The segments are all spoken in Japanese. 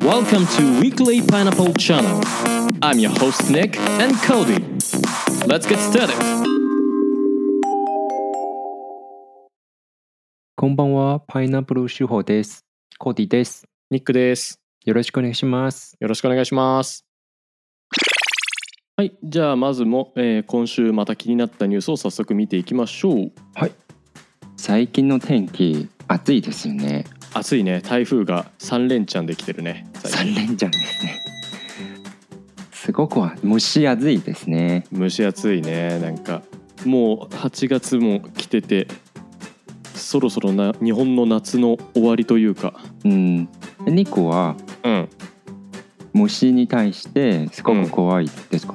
Welcome to Weekly Pineapple Channel. I'm your host Nick and Cody. Let's get started. こんばんは、パイナップル手法です。コーディです。ニックです。よろしくお願いします。よろしくお願いします。はい、じゃあまずも、えー今週また気になったニュースを早速見ていきましょう。最近の天気、暑いですよね。暑いね、台風が三連チャンできてるね。最近三連じゃんですね。すごくは蒸し暑いですね。蒸し暑いね、なんかもう8月も来てて、そろそろな日本の夏の終わりというか。うん。ニコはうん。虫に対してすごく怖いですか。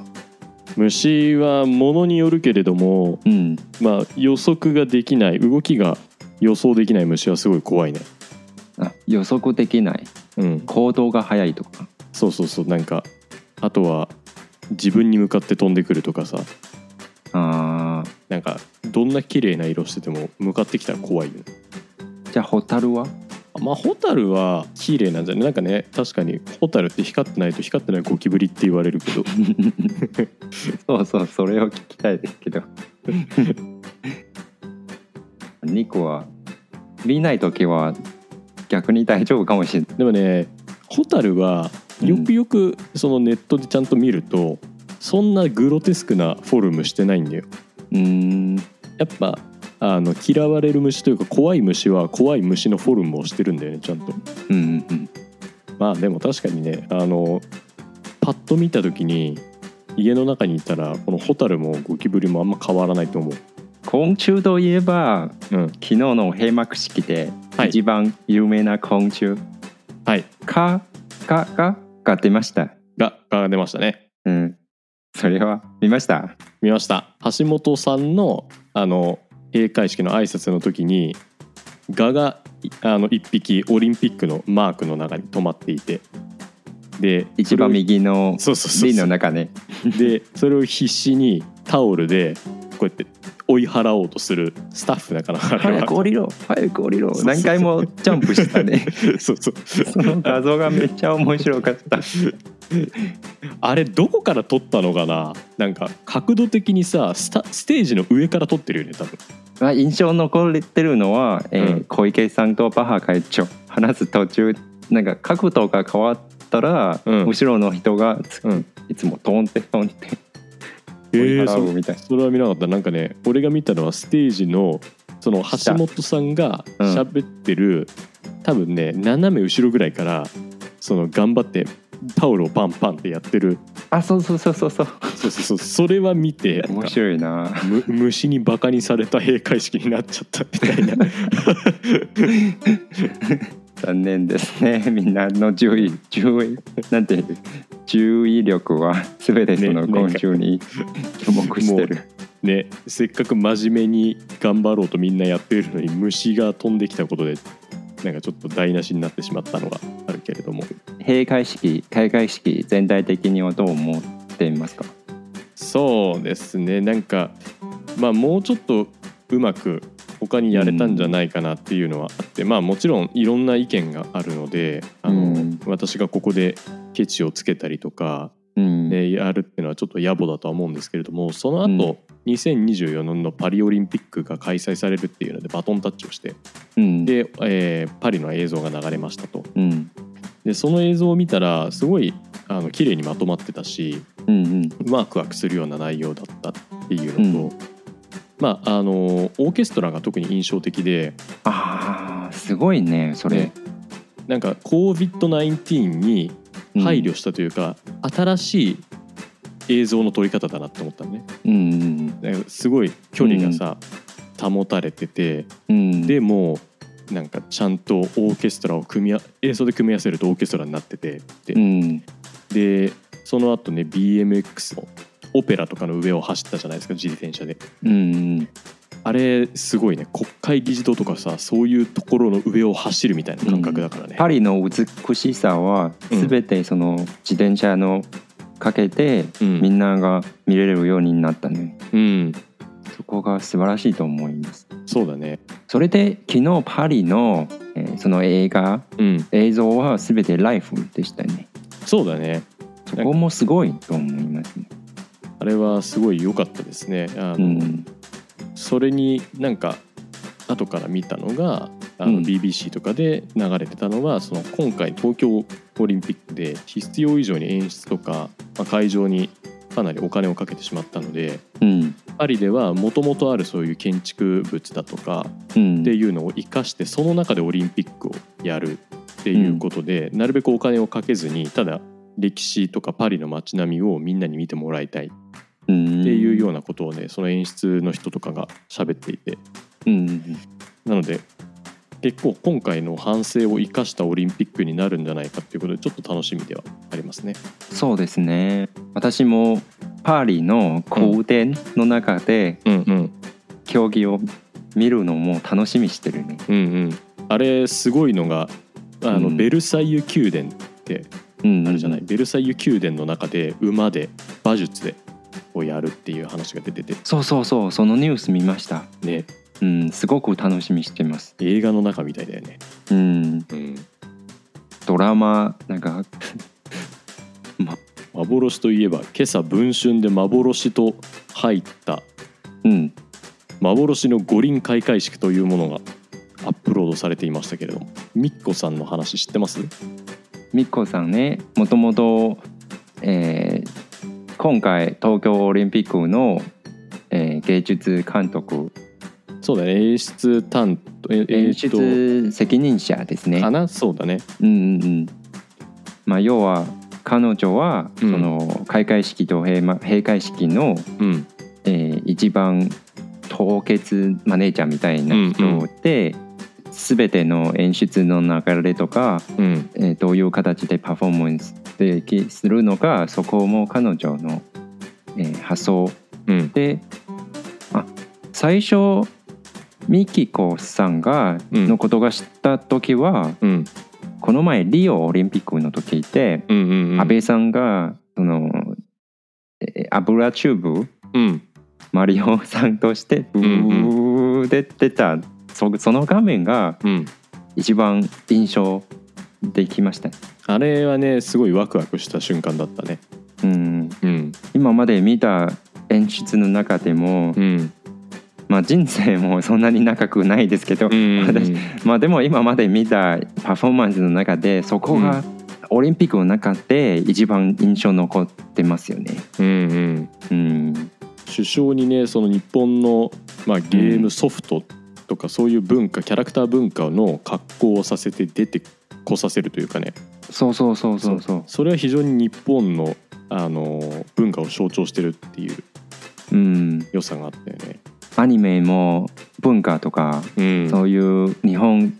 虫はものによるけれども、うん。まあ予測ができない、動きが予想できない虫はすごい怖いね。あ、予測できない。うん。行動が早いとか。そうそうそうなんかあとは自分に向かって飛んでくるとかさああ。なんかどんな綺麗な色してても向かってきたら怖いよねじゃあホタルは？まあホタルは綺麗なんじゃないなんかね確かにホタルって光ってないと光ってないゴキブリって言われるけどそうそう、それを聞きたいですけど。 ニコは見ないときは逆に大丈夫かもしれない。でもねホタルはよくよくそのネットでちゃんと見ると、そんなグロテスクなフォルムしてないんだようーん、やっぱあの嫌われる虫というか怖い虫は怖い虫のフォルムをしてるんだよねちゃんとうん、うん。まあでも確かにねあのパッと見た時に家の中にいたらこのホタルもゴキブリもあんま変わらないと思う、昆虫といえば、うん昨日の閉幕式ではい一番有名な昆虫、はいカカカが出ました。がが出ましたねうん、それは見ました。見ました橋本さんのあの閉会式の挨拶の時にガがいあの1匹オリンピックのマークの中に止まっていてで一番右のそれをそうそう瓶そうの中ね。でそれを必死にタオルでこうやって追い払おうとするスタッフだからあれ早は く降りろ、早く降りろ。そうそう何回もジャンプした ね。そうそうその画像がめっちゃ面白かった。あれどこから撮ったのかななんか角度的にさスタステージの上から撮ってるよね多分まあ、印象残ってるのは、えーうん小池さんとバッハ会長話す途中なんか角度が変わったら、うん後ろの人がつ、うんいつもトンってトンって追い払うそみたいな、それは見なかったなんかね俺が見たのはステージのその下橋本さんがうん喋ってる、多分ね斜め後ろぐらいからその頑張ってタオルをパンパンってやってるあそうそうそうそうそうそうそうそうそれは見てなん面か白いなむ虫にバカにされた閉会式になっちゃったみたい な残念ですね みんなの注意注意なんていう注意力は全てそのねなん今か週に注目してる、ねせっかく真面目に頑張ろうとみんなやってるのに虫が飛んできたことでなんかちょっと台無しになってしまったのがあるけれども閉会式開会式全体的にはどう思っていますかそうですねなんかまあもうちょっとうまく他にやれたんじゃないかなっていうのはあって、まあもちろんいろんな意見があるのであの、うん私がここでケチをつけたりとかうん、でやるっていうのはちょっと野暮だとは思うんですけれどもその後、うん2024年のパリオリンピックが開催されるっていうのでバトンタッチをしてうんで、えーパリの映像が流れましたとうんでその映像を見たらすごいあの綺麗にまとまってたしうんうんワクワクするような内容だったっていうのと、まああのオーケストラが特に印象的であーすごいねそれね、なんか COVID-19 に配慮したというか、新しい映像の撮り方だなって思ったのね。うんなんかすごい距離がさ、保たれててうんでもうなんかちゃんとオーケストラを組み合映像で組み合わせるとオーケストラになっててで,、うんでその後ね BMX のオペラとかの上を走ったじゃないですか自転車でうんあれすごいね国会議事堂とかさそういうところの上を走るみたいな感覚だからね、パリの美しさはうん全てその自転車のかけてうんみんなが見れるようになったねうんそこが素晴らしいと思いますそうだねそれで昨日パリの、えーねその映画うん、映像は全てライフでしたねそうだねそこもすごいと思いますねあれはすごい良かったですねあの、うんそれになんか後から見たのがあうのん BBC とかで流れてたのは、その今回東京オリンピックで必要以上に演出とか、まあ、会場にかなりお金をかけてしまったのでうんパリではもともとあるそういう建築物だとかうんっていうのを生かしてその中でオリンピックをやるっていうことで、なるべくお金をかけずにただ歴史とかパリの街並みをみんなに見てもらいたいっうんていうようなことをね、その演出の人とかが喋っていてうんなので結構今回の反省を生かしたオリンピックになるんじゃないかっていうことでちょっと楽しみではありますね。そうですね私もパリの宮殿の中でうんうん競技を見るのも楽しみにしてるねうんうん、あれすごいのがあの、うんベルサイユ宮殿ってうんあるじゃない、ベルサイユ宮殿の中で馬で馬術でをやるっていう話が出ててそうそうそうそのニュース見ましたねうんすごく楽しみにしてます映画の中みたいだよね、うんうん、ドラマなんか幻といえば今朝文春で幻と入ったうん幻の五輪開会式というものがアップロードされていましたけれどもみっこさんの話知ってますみっこさんねもともと、えー今回東京オリンピックの、えー芸術監督そうだね演出担当ええ演ーっ出責任者ですとねか。なそうだねうんうんうんまあ、要は彼女は、うんその開会式と閉幕閉会式の、うんえー一番凍結マネージャーみたいな人で、全ての演出の流れとか、うんえーどういう形でパフォーマンスできするのかそこも彼女の、えー発想うんであ最初ミキコさんがうんのことが知った時は、うんこの前リオオリンピックの時で、うんうんうん安倍さんがその、えー油チューブうんマリオさんとしてブーで出た、そその画面がうん一番印象できましたね。あれはねすごいワクワクした瞬間だったねうんうん今まで見た演出の中でも、うんまあ人生もそんなに長くないですけど、私まあでも今まで見たパフォーマンスの中でそこうがオリンピックの中で一番印象残ってますよね。うんうんうん、首相にねその日本の、まあ、ゲームソフトとかそういう文化、キャラクター文化の格好をさせて出てこさせるというかねそうそうそうそうそそれは非常に日本のあのー文化を象徴してるっていうう。うん、良さがあったよね。アニメも文化とか、うんそういう日本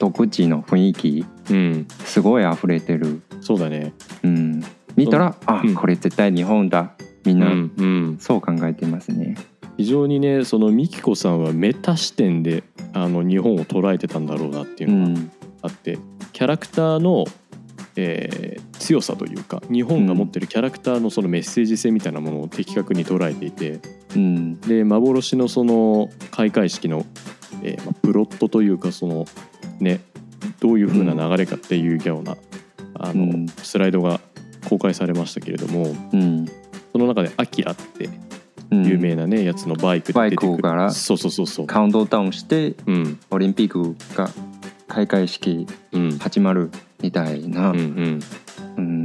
独自の雰囲気うん、すごい溢れてる。そうだね、うん、見たらあ、うんこれ絶対日本だみんうな、んうん、そう考えてますね。非常にねその美紀子さんはメタ視点であの日本を捉えてたんだろうなっていううのがん、あってキャラクターの、えー強さというか日本が持ってるキャラクターのそのメッセージ性みたいなものを的確に捉えていてうん、で幻のその開会式の、えーまあプロットというかそのねどういう風な流れかっていうような、あのうんスライドが公開されましたけれどもうん、その中で「アキラ」ってうん有名なね、やつのバイクでバイ出てクくるからそうそうそうそう、カウントダウンしてうんオリンピックが開会式うん始まるみたいな、ううんん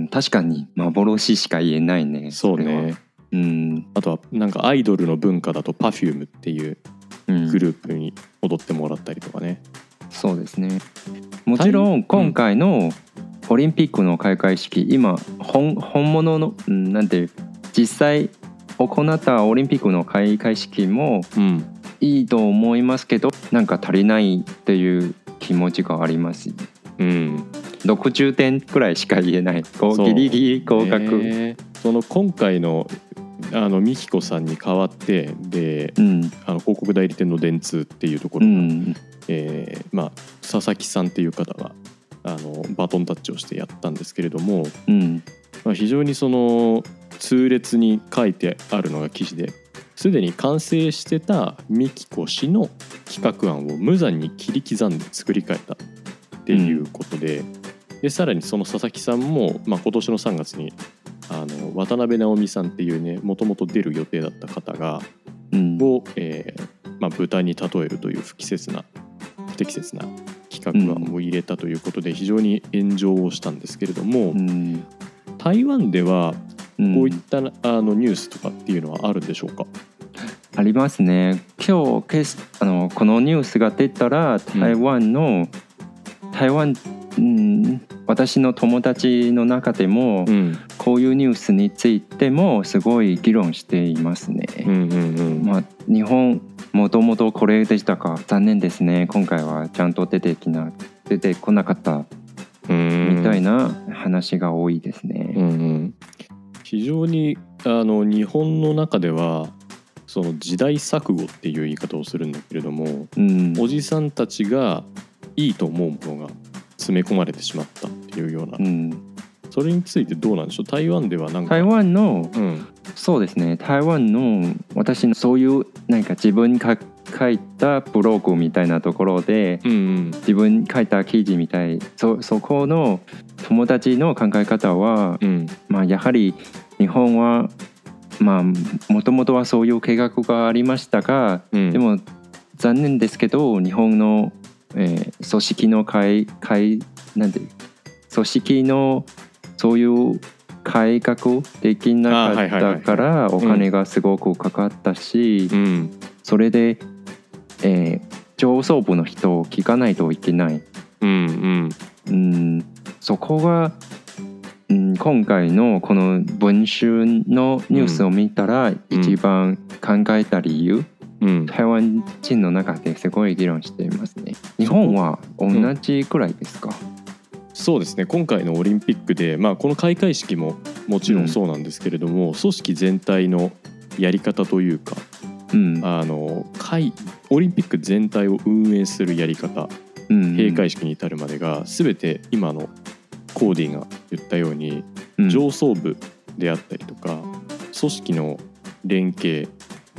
確かに幻しか言えないねうん、そうれはねうん、あとはなんかアイドルの文化だと Perfume っていううんグループに踊ってもらったりとかね。そうですねもちろん今回のオリンピックの開会式、今本本物の、うん、なんていう実際行ったオリンピックの開会式もうん、いいと思いますけどなんか足りないっていう気持ちがありますうん、 60点くらいしか言えないこうそうギリギリ合格、ねその今回のあの美紀子さんに代わってでうんあの広告代理店の電通っていうとこうろが、んえーまあ、佐々木さんっていう方があのバトンタッチをしてやったんですけれども、うんまあ、非常にその痛烈に書いてあるのが記事ですでに完成してた美紀子氏の企画案を無残に切り刻んで作り変えたっていうことで,、でさらにその佐々木さんも、まあ、今年の3月にあの渡辺直美さんっていうねもともと出る予定だった方がうんを、えーまあ、豚に例えるという不季節な不適切な企画案を入れたということで非常に炎上をしたんですけれども、うん台湾ではうんこういった、あのニュースとかっていうのはあるんでしょうか、ありますね今日けしあのこのニュースが出たら台湾の、台湾、うん、私の友達の中でも、ん、こういうニュースについてもすごい議論していますね。うんうんうんまあ、日本もともとこれでしたか残念ですね今回はちゃんと出てきな出てこなかったみたいな話が多いですうね。んうん、非常にあの日本の中ではその時代錯誤っていう言い方をするんだけれどもうん、おじさんたちがいいと思うものが詰め込まれてしまったっていうような、うんそれについてどうなんでしょう台湾ではなんか台湾のうんそうですね台湾の私のそういうなんか自分が書いたブログみたいなところでうんうん自分書いた記事みたいそそこの友達の考え方はうんまあ、やはり日本はまあもともとはそういう計画がありましたがうんでも残念ですけど日本の、えー組織の改改なんて組織のそういう改革できなあはいはいはいかはっいたからお金がすごくかかったし、うんそれで、えー上層部の人を聞かないといけないうんうんうん、そこが、うん、今回のこの文春のニュースを見たら一番考えた理由、うん台湾人の中ですごい議論していますね日本は同じくらいですか、そうですね今回のオリンピックで、まあ、この開会式ももちろんそうなんですけれども、組織全体のやり方というかうんあの会オリンピック全体を運営するやり方うん閉会式に至るまでが全て今のコーディが言ったようにうん上層部であったりとか組織の連携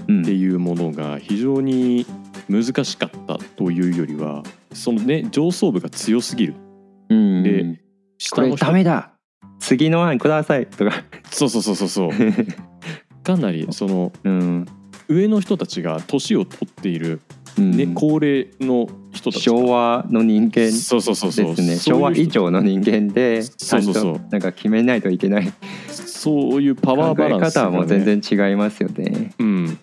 うんっていうものが非常に難しかったというよりはそのね上層部が強すぎるうんでこ下れの人ダメだ次の案くださいとか、 そうそうそうそうそうかなりそのうん上の人たちが年を取っている、ねうん高齢の人たちが昭和の人間そうそうそうそうですね昭和以上の人間でちそゃうそんうそうとなんか決めないといけないそういうパワー考バえランスが、方ね、はもう全然違いますよね。うん、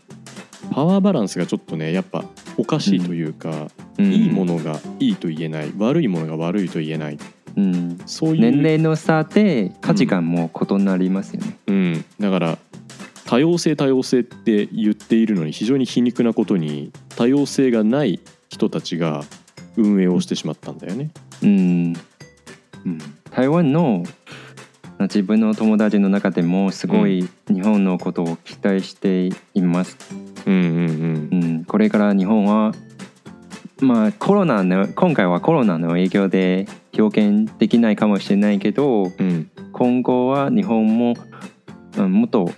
パワーバランスがちょっとねやっぱおかしいというか、いいもの、のがいいと言えない悪いものが悪いと言えないうん、そういう年齢の差で価値観も異なりますよね。うん、だから多様性多様性って言っているのに非常に皮肉なことに多様性がない人たちが運営をしてしまったんだよね。うん台湾の自分の友達の中でもすごい日本のことを期待しています。うんうんううんん、これから日本はまあコロナの今回はコロナの影響で表現できないかもしれないけどうん今後は日本も、うん、もっと、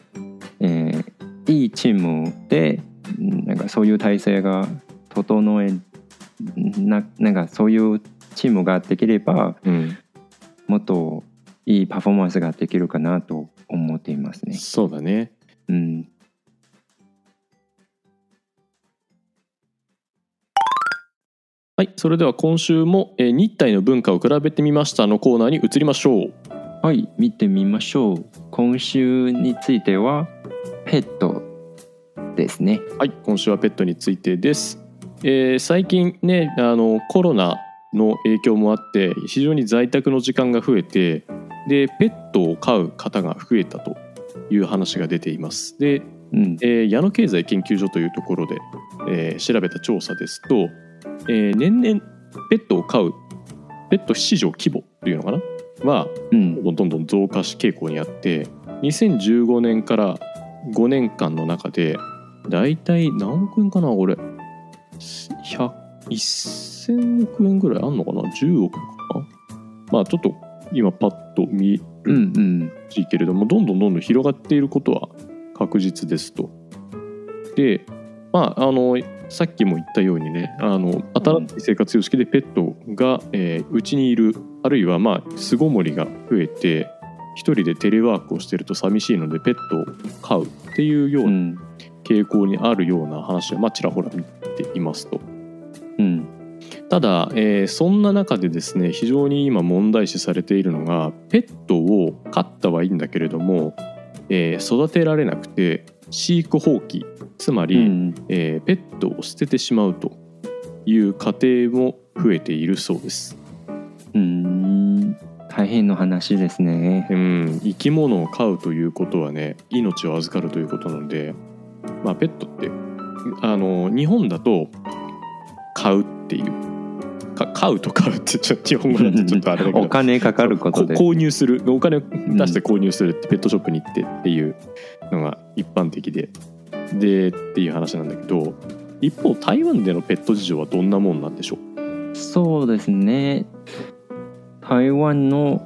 えーいいチームでうんなんかそういう体制が整えななんかそういうチームができればうんもっといいパフォーマンスができるかなと思っていますね。そうだね。うん、はい、それでは今週も、えー日体の文化を比べてみましたのコーナーに移りましょう。はい見てみましょう。今週についてはペットですね。はい、今週はペットについてです。えー最近ね、あのコロナの影響もあって、非常に在宅の時間が増えて、でペットを飼う方が増えたという話が出ています。で、うんえー矢野経済研究所というところで、えー調べた調査ですと、えー年々ペットを飼うペット市場規模というのかなはうんどんどんどん増加し傾向にあって2015年から5年間の中でだいたい何億円かなこれ100 1000億円ぐらいあんのかな10億かなまあちょっと今パッと見うるんうんしいけれどもどんどんどんどん広がっていることは確実ですと。でまああのさっきも言ったようにねあの新しい生活様式でペットがえーうち、にいるあるいはまあ巣ごもりが増えて一人でテレワークをしてると寂しいのでペットを飼うっていうよううなん傾向にあるような話はまあちらほら見ていますと。うんただ、えーそんな中でですね非常に今問題視されているのがペットを飼ったはいいんだけれども、えー育てられなくて飼育放棄つまり、うんえーペットを捨ててしまうという家庭も増えているそうです。うん大変の話ですねうん生き物を飼うということはね命を預かるということなので、まあ、ペットってあの日本だと買うっていうか買うと買うってち ょっと日本語だと ちょっとあれだけどお金かかることでこ購入するお金をん出して購入するってペットショップに行ってっていうのが一般的ででっていう話なんだけど一方台湾でのペット事情はどんなもんなんでしょそうですね台湾の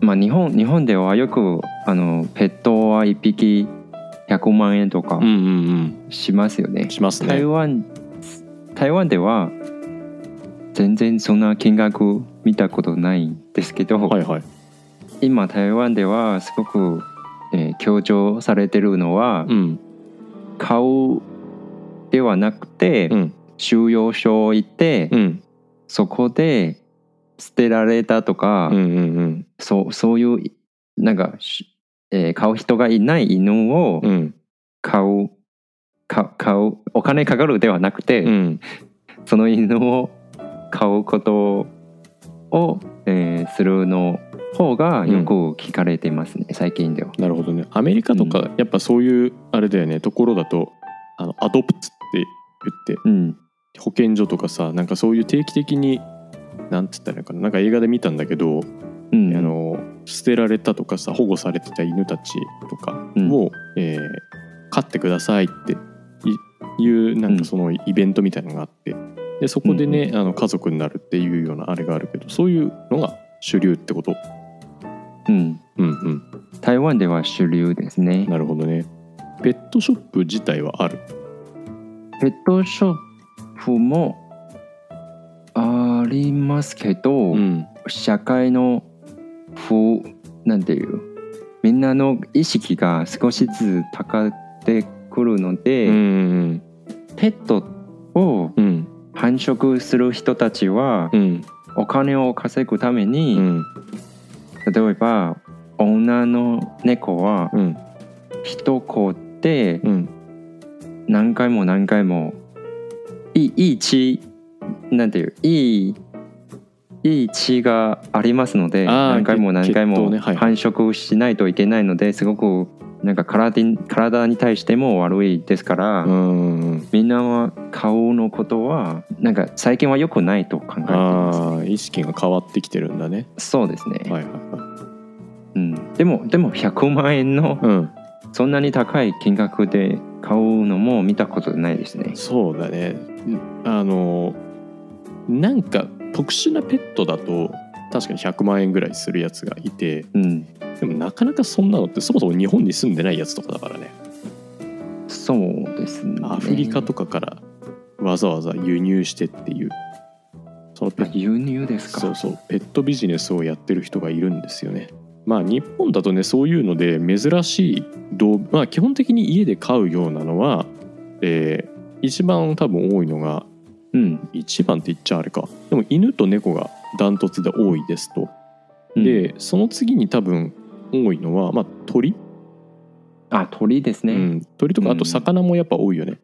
まあ日本日本ではよくあのペットは1匹100万円とかううんうんしますよね、します台ね湾台湾では全然そんな金額見たことないんですけど、はいはい今台湾ではすごく、えー強調されてるのは、うん買うではなくて、うん収容所行って、うんそこで捨てられたとか、うんうんそうそういうなんか、しえー買う人がいない犬をうんうん買う、か買うお金かかるではなくて、うんその犬を買うことを、えーするの方がよく聞かれてますね、最近では。なるほどねアメリカとかやっぱそういうあれだよねところだとあのアドプツって言っうん、て保健所とかさなんかそういう定期的になんつったらいいのかななんか映画で見たんだけどうん、あの捨てられたとかさ保護されてた犬たちとかを、うんえー飼ってくださいっていいうなんうんかそのイベントみたいのがあってでそこでね、あの家族になるっていうようなあれがあるけどそういうのが主流ってことうん、うんうん台湾では主流ですね。なるほどねペットショップ自体はあるペットショップもありますけど、うん社会の不なんていうみんなの意識が少しずつ高ってくるので、うんうんペットをうん繁殖する人たちはうんお金を稼ぐために、うん例えば女の猫はうん一子でうん何回も何回もいいいい血なんていういいいい血がありますのであー何回も血何回血統もねはい繁殖しないといけないのですごくなんか体に体に対しても悪いですから、うんうんみんなは顔のことはなんか最近は良くないと考えていまああ意識が変わってきてるんだねすそうですね、はいはいはうん、でもでも100万円のいうんそんなに高い金額で買うのも見たことないですね。そうだねあのなんか特殊なペットだと確かに100万円ぐらいするやつがいてうん、でもなかなかそんなのってそもそも日本に住んでないやつとかだからねそうですね。アフリカとかからわざわざ輸入してっていうそのペあット輸入ですか。そうそうペットビジネスをやってる人がいるんですよねまあ日本だとねそういうので珍しい動物まあ基本的に家で飼うようなのは、えー一番多分多いのがうん。一番って言っちゃあれかでも犬と猫がダントツで多いですと、でその次に多分多いのは、まあ、鳥、あ鳥ですうね。ん、鳥とかうあんと魚もやっぱ多いよね、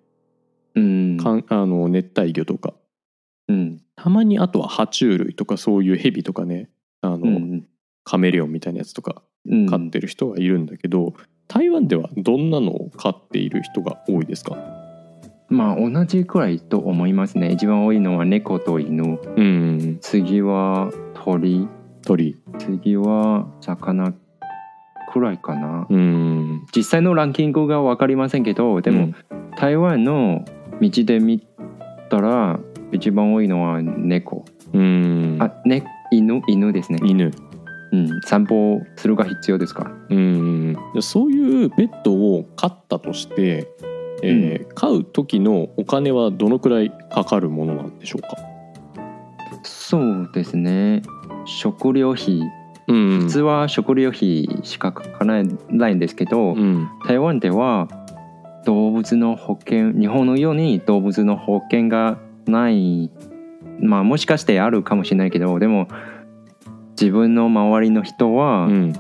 うん。かんあの熱帯魚とかうん。たまにあとは爬虫類とかそういうヘビとかねあの、うん。カメレオンみたいなやつとかうん飼ってる人がいるんだけど、台湾ではどんなのを飼っている人が多いですかまあ同じくらいと思いますね。一番多いのは猫と犬。うん次は鳥。鳥次は魚くらいかな。うん実際のランキングが分かりませんけど、でも、台湾の道で見たら一番多いのは猫。うん、あ、ね、犬、犬ですね。犬うん、散歩するが必要ですか。うんそういうペットを飼ったとしてえー買う時のお金はどのくらいかかるものなんでしょうか、そうですね食料費うん普通は食料費しかかからないないんですけど、うん、台湾では動物の保険日本のように動物の保険がないまあもしかしてあるかもしれないけどでも自分の周りの人は、うん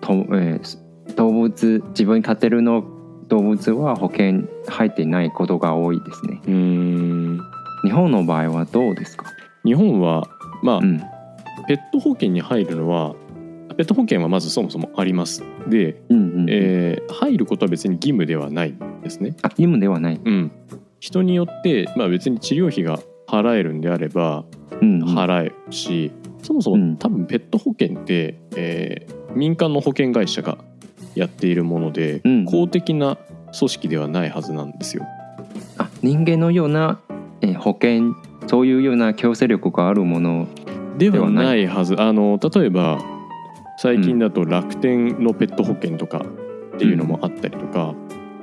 とえーす動物自分飼ってるの動物は保険入ってないことが多いですねうーん日本の場合はどうですか、日本はまあ、うんペット保険に入るのはペット保険はまずそもそもありますで、うんうんうんえー入ることは別に義務ではないんですね、あ義務ではない、うん、人によって、まあ、別に治療費が払えるんであればうんうん払えるし、そもそうもん多分ペット保険って、えー民間の保険会社がやっているもので、うん公的な組織ではないはずなんですよ。あ人間のような、えー保険そういうような強制力があるものでははなないはずあの例えば最近だと楽天のペット保険とかっていうのもあったりとか、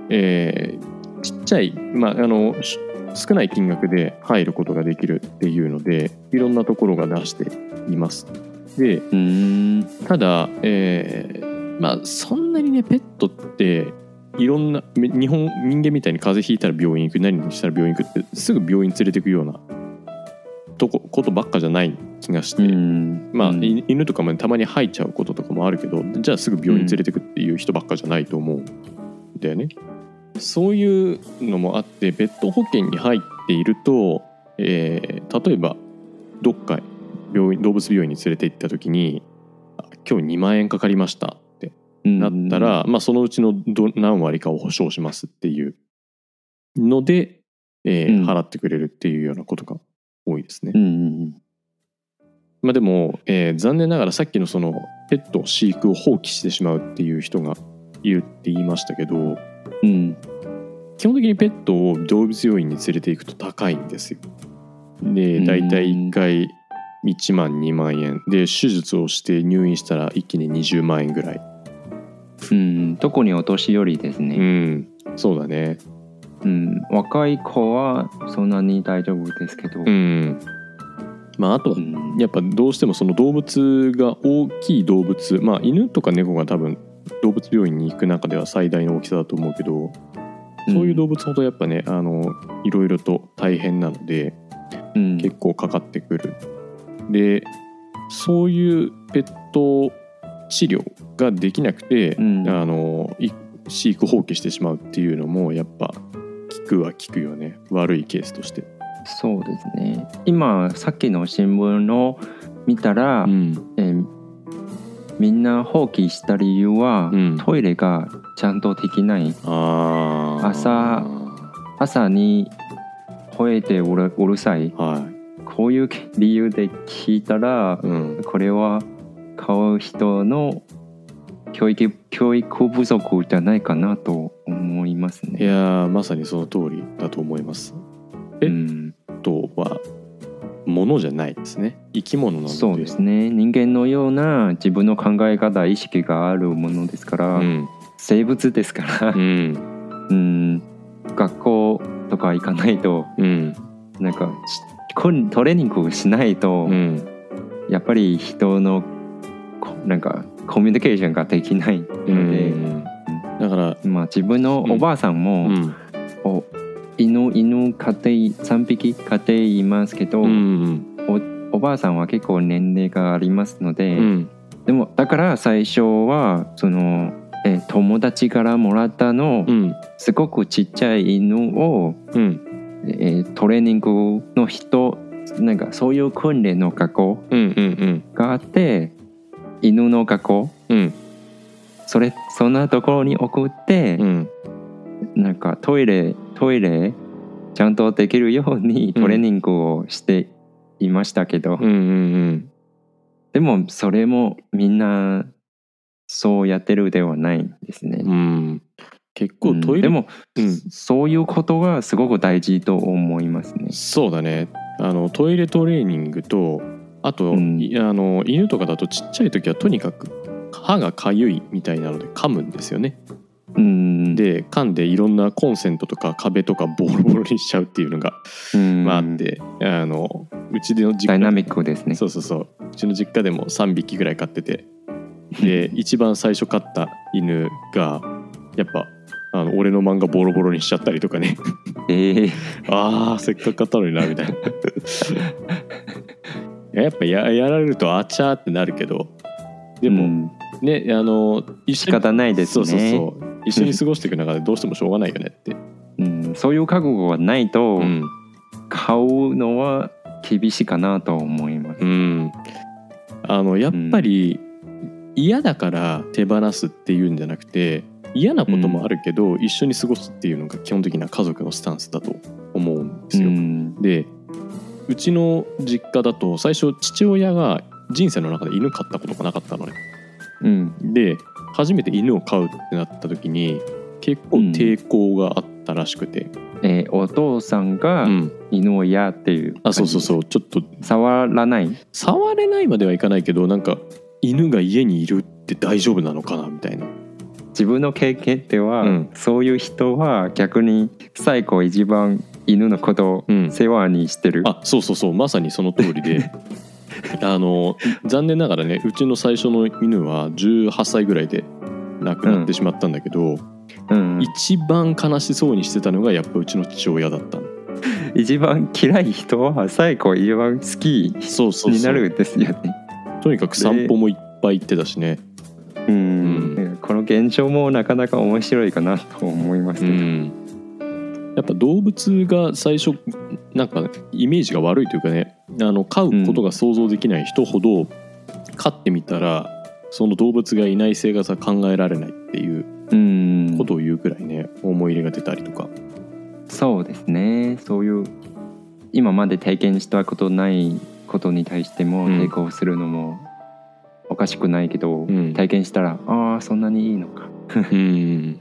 えーちっちゃい、まあ、あのし少ない金額で入ることができるっていうのでいろんなところが出しています。でうーんただ、えーまあ、そんなにねペットっていろんなめ日本人間みたいに風邪ひいたら病院行く何にしたら病院行くってすぐ病院連れてくようなとこことばっかじゃない気がして、うんまあ、うんい犬とかもたまに吐いちゃうこととかもあるけどじゃあすぐ病院連れてくっていう人ばっかじゃないと思うんだよね。そういうのもあってペット保険に入っていると、えー例えばどっか病院動物病院に連れて行った時に「あ今日2万円かかりました」ってなったら、まあ、そのうちのど何割かを保証しますっていうので、えーうん払ってくれるっていうようなことが多いですねう。んまあ、でも、えー残念ながらさっきのそのペットを飼育を放棄してしまうっていう人がいるって言いましたけどうんうん基本的にペットを動物病院に連れて行くと高いんですよ。でうん大体1回1万2万円で手術をして入院したら一気に20万円ぐらい。うん特にお年寄りですうね、んそうだね。うん、若い子はそんなに大丈夫ですけど、うんまああとはうんやっぱどうしてもその動物が大きい動物まあ犬とか猫が多分動物病院に行く中では最大の大きさだと思うけどそういう動物ほどやっぱねあのいろいろと大変なのでうん結構かかってくる。でそういうペット治療ができなくて、うんあのい飼育放棄してしまうっていうのもやっぱ聞くは聞くよね悪いケースとして。そうですね今さっきの新聞を見たら、うんえーみんな放棄した理由は、うんトイレがちゃんとできないあー朝朝に吠えてうるうるさいはこういう理由で聞いたらい、うん、これは買う人の教育教育不足じゃないかなと思いますいね。やーまさにその通りだと思います。えうん、ペットは物じゃないですね生き物なのでそうですね人間のような自分の考え方意識があるものですから、うん生物ですからう、んうん、学校とか行かないとうんなんかしこんトレーニングしないと、うんやっぱり人のこなんかコミュニケーションができないので、だから、まあ、自分のおばあさんも、うんお犬犬飼ってい3匹飼っていますけど、うんおばあさんは結構年齢がありますので、うんでもだから最初はそのえー友達からもらったの、うんすごくちっちゃい犬を、うんえートレーニングの人なんかそういう訓練の学校うんうんがあって犬の学校うんそれそんなところに送って、うんなんかトイレトイレちゃんとできるようにうんトレーニングをしていましたけど、うんうんでもそれもみんなそうやってるではないんですね。うん結う構んトイレでも、うんそういうことがすごく大事と思いますね。そうだねあのトイレトレーニングとあと、うんいあの犬とかだとちっちゃい時はとにかく歯がかゆいみたいなので噛むんですよねうん、で缶でいろんなコンセントとか壁とかボロボロにしちゃうっていうのが、うんまあ、あってあのうちでの実ダ家イナミックですねそうそうそううちの実家でも3匹ぐらい飼って てで一番最初飼った犬がやっぱあの俺の漫画ボロボロにしちゃったりとか ねええあーせっかく買ったのになみた いないややっぱややられるとあちゃーってなるけどでも、うんねあの一仕緒に方ないですねそうそうそう一緒に過ごしていく中でどうしてもしょうがないよねって、うん、そういう覚悟がないうと、ん買うのは厳しいかなと思います、うん、あのやっぱり嫌だから手放すっていうんじゃなくて嫌なこともあるけど、一緒に過ごすっていうのが基本的な家族のスタンスだと思うんですよ。うんでうちの実家だと最初父親が人生の中で犬飼ったことがなかったのね。うんで初めて犬を飼うってなった時に結構抵抗があったらしくて、えーお父さんうがん犬を嫌っていう、あそうそうそううちょっと触らない触れないまではいかないけどなんか犬が家にいるって大丈夫なのかなみたいな自分の経験では、うんそういう人は逆に最後一番犬のことをうん世話にしてる、あそうそうそうまさにその通り であの残念ながらねうちの最初の犬は18歳ぐらいで亡くなってしまったんだけど、うん、一番悲しそうにしてたのがやっぱうちの父親だ ったの一番嫌い人は最後一番好きそうそうそうになるんですよねとにかく散歩もいっぱい行ってたしねううんこの現象もなかなか面白いかなと思いますうね、んやっぱ動物が最初なんかイメージが悪いというかねあの飼うことが想像できない人ほど飼ってみたらその動物がいない生活は考えられないっていううんことを言うくらいね思い入れが出たりとかそうですねそういう今まで体験したことないことに対してもうん抵抗するのもおかしくないけど、ん体験したらああそんなにいいのかうん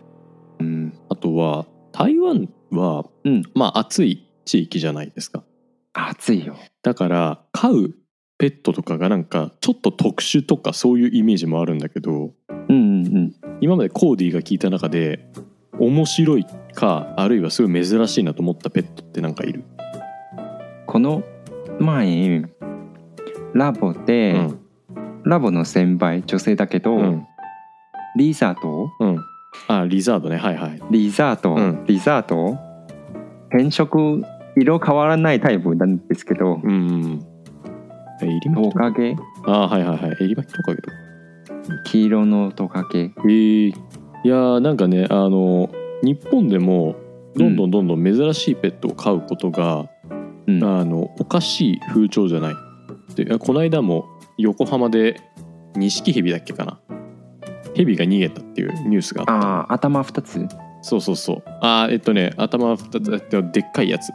うんあとは台湾は、うんまあ暑い地域じゃないですか暑いよだから飼うペットとかがなんかちょっと特殊とかそういうイメージもあるんだけどうんうんうん今までコーディが聞いた中で面白いかあるいはすごい珍しいなと思ったペットってなんかいる、この前ラボで、ラボの先輩女性だけど、うんうんリザートうんあリザードねはいはいリザート、うんリザート変色色変わらないタイプなんですけど、うんうんえエリマキトトカゲカゲあはいはいはいエリマキトカゲとか黄色のトカゲえーいやーなんかねあの日本でもどんどんどんどん珍しいペットを飼うことが、うんあのおかしい風潮じゃないであこの間も横浜で錦蛇だっけかな蛇が逃げたっていうニュースがあったああ頭2つそうそうそうあーえっとね頭二つえっとでっかいやつ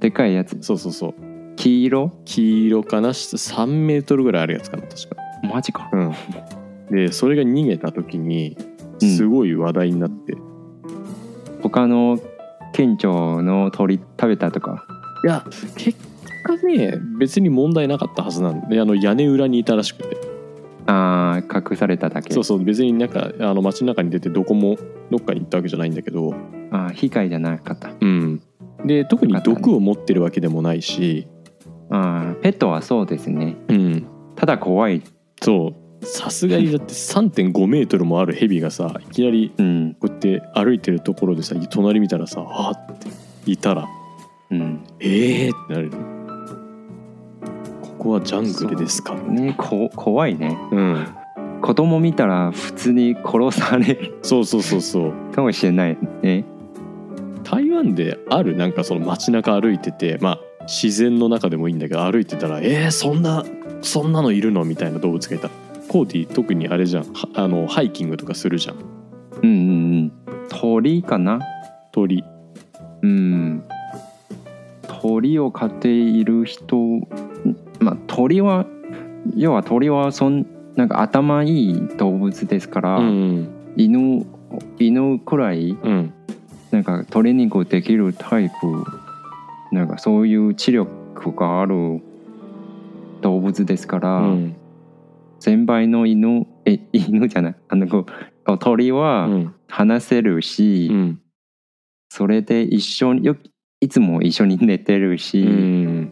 でかいやつそうそうそう黄色黄色かな3メートルぐらいあるやつかな確かマジかうんでそれが逃げた時にすごい話題になって、他の県庁の鳥食べたとかいや結果ね別に問題なかったはずなんであの屋根裏にいたらしくてああ隠されただけそうそう別になんかあの街の中に出てどこもどっかに行ったわけじゃないんだけど、ああ被害じゃなかったうん、で特に毒を持ってるわけでもないし、ああペットはそうですねうん、ただ怖いそうさすがにだって3.5メートルもあるヘビがさいきなりうんこうやって歩いてるところでさ隣見たらさあーっていたらうんええー、ってなるここはジャングルですかねこ怖いねうん子供見たら普通に殺されるそうそうそうそうかもしれないね台湾であるなんかその街中歩いててまあ自然の中でもいいんだけど歩いてたら「えー、そんなそんなのいるの?」みたいな動物がいたコーディ特にあれじゃんはあのハイキングとかするじゃんうんうんうん鳥かな鳥うん鳥を飼っている人まあ鳥は要は鳥はそんなんか頭いい動物ですから、うん犬犬くらいうんなんかトレーニングできるタイプなんかそういう知力がある動物ですから、うん先輩の犬え犬じゃないあのこう鳥はうん話せるし、うんそれで一緒によいつも一緒に寝てるし、うん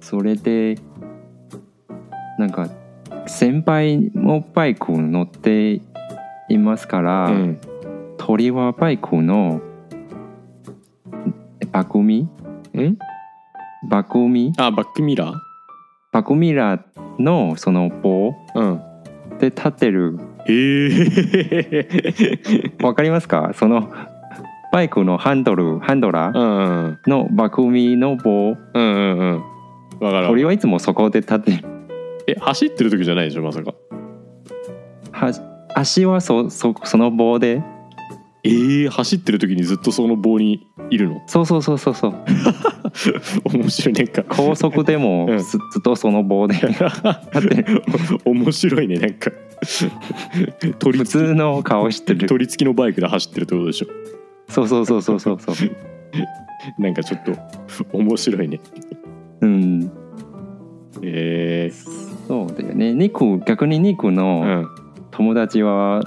それでなんか先輩もバイク乗っていますから、うん鳥はバイクのバックミうんバックミあバックミラバックミラーのその棒ーうんで立ってるへえわかりますかそのバイクのハンドルハンドラうーんうんのバックミの棒うんうんうんわか鳥るはいつもそこで立ってるえ走ってる時じゃないでしょまさかは足はそそその棒でえー、走ってる時にずっとその棒にいるの そうそうそうそうそう面白いねなんか 高速でうもんずずっとその棒で立ってる面白いねなんか取り付普通の顔してきる取り付きのバイクで走ってるってことでしょそうそうそうそうそうそうなんかちょっと面白いねうんえそうだよねニク逆にニクー、のうん友達は、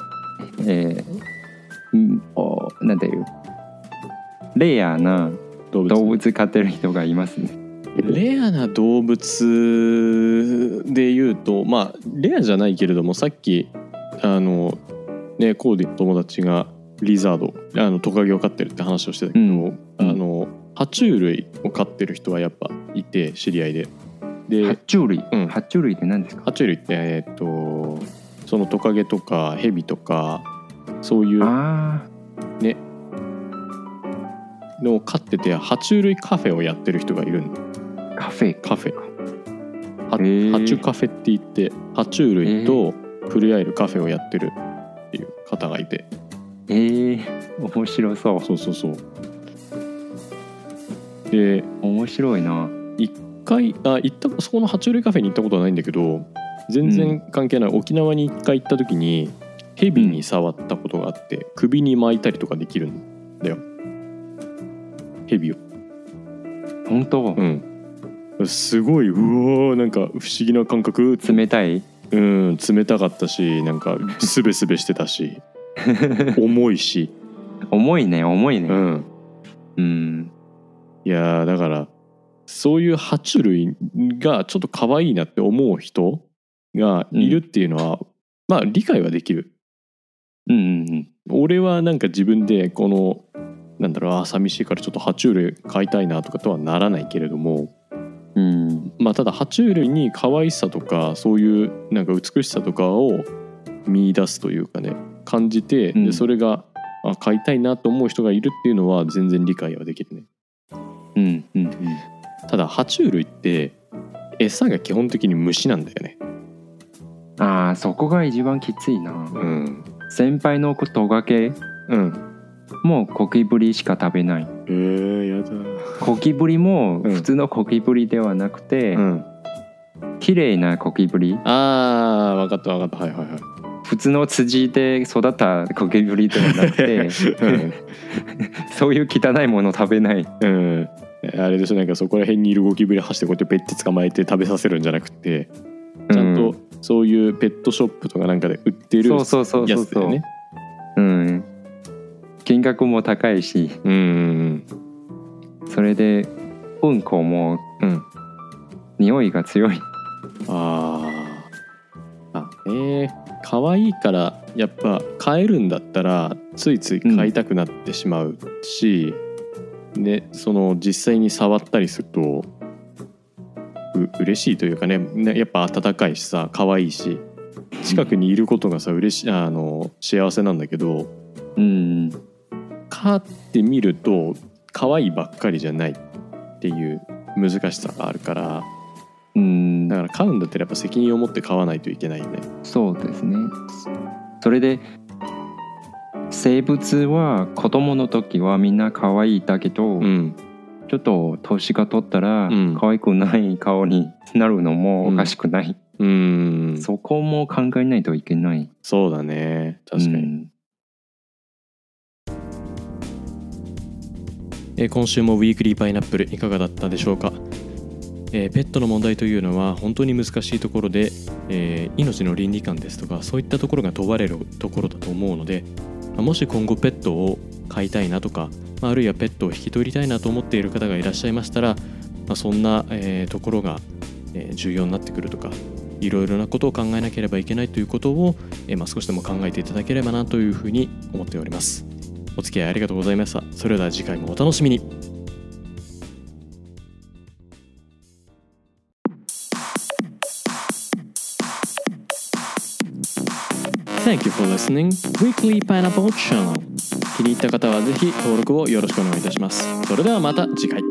えーんおなんていうレアな動物動物飼ってる人がいますねレアな動物で言うとまあレアじゃないけれどもさっきあのねコーディの友達がリザードあのトカゲを飼ってるって話をしてたけど、うんあの爬虫類を飼ってる人はやっぱいて知り合いでで、爬虫類、うん爬虫類って何ですか爬虫類ってえーっとそのトカゲとかヘビとかそういうあのを飼ってて爬虫類カフェをやってる人がいるんーカフェカフェはへー爬虫カフェって言って爬虫類と触れ合えるカフェをやってるっていう方がいてえー、面白そうそうそうそうで面白いな一回あ行ったそこの爬虫類カフェに行ったことはないんだけど全然関係ない、沖縄に一回行った時にヘビに触ったことがあって首に巻いたりとかできるんだよヘビを本当、うんすごいうおーなんか不思議な感覚冷たいうん冷たかったしなんかすべすべしてたし重いし、重いね重いうねん、うん、いやーだからそういう爬虫類がちょっと可愛いなって思う人がいるっていうのは、まあ理解はできるうんうん俺はなんか自分でこのなんだろうあー寂しいからちょっと爬虫類飼いたいなとかとはならないけれどもうんうんまあただ爬虫類に可愛さとかそういうなんか美しさとかを見出すというかね感じて、うんでそれがあ飼いたいなと思う人がいるっていうのは全然理解はできるねうんうんただ爬虫類って餌が基本的に虫なんだよねうんあーそこが一番きついなうん先輩のトカゲうんもコキブリしか食べないえー、やだコキブリもうん普通のコキブリではなくて、うん綺麗なコキブリあー分かった分かったはいはいはい普通の辻で育ったコキブリではな くてそういう汚いもの食べないうん、あれでしょなんかそこら辺にいるゴキブリ走ってこうやってペッて捕まえて食べさせるんじゃなくてちゃんとそういうペットショップとかなんかで売ってるそうやつそうそうそうだそよう、ね。うん、金額も高いしうんうんそれでうんこもうんうん匂いが強いあーあえー、可愛いからやっぱ飼えるんだったらついつい飼いたくなってしまうし、ねその実際に触ったりするとう嬉しいというかねねやっぱ温かいしさ可愛いし近くにいることがさ嬉しあの幸せなんだけどうん飼ってみると可愛いばっかりじゃないっていう難しさがあるからうんだから飼うんだったらやっぱ責任を持って飼わないといけないよね。そうですねそれで生物は子供の時はみんな可愛いだけうど、んちょっと年が取ったらうん可愛くない顔になるのもおかしくない、うーんそそこも考えないといけないうだね確かに、うんえー今週もウィークリーパイナップルいかがだったでしょうかえーペットの問題というのは本当に難しいところで、えー命の倫理観ですとかそういったところが問われるところだと思うのでまあもし今後ペットを飼いたいなとかまああるいはペットを引き取りたいなと思っている方がいらっしゃいましたら、まあ、そんな、えーところが、えー重要になってくるとかいろいろなことを考えなければいけないということを、えーまあ、少しでも考えていただければなというふうに思っております。お付き合いありがとうございました。それでは次回もお楽しみに。Thank you for listening Weekly Pineapple Channel 気に入った方はぜひ登録をよろしくお願いいたしますそれではまた次回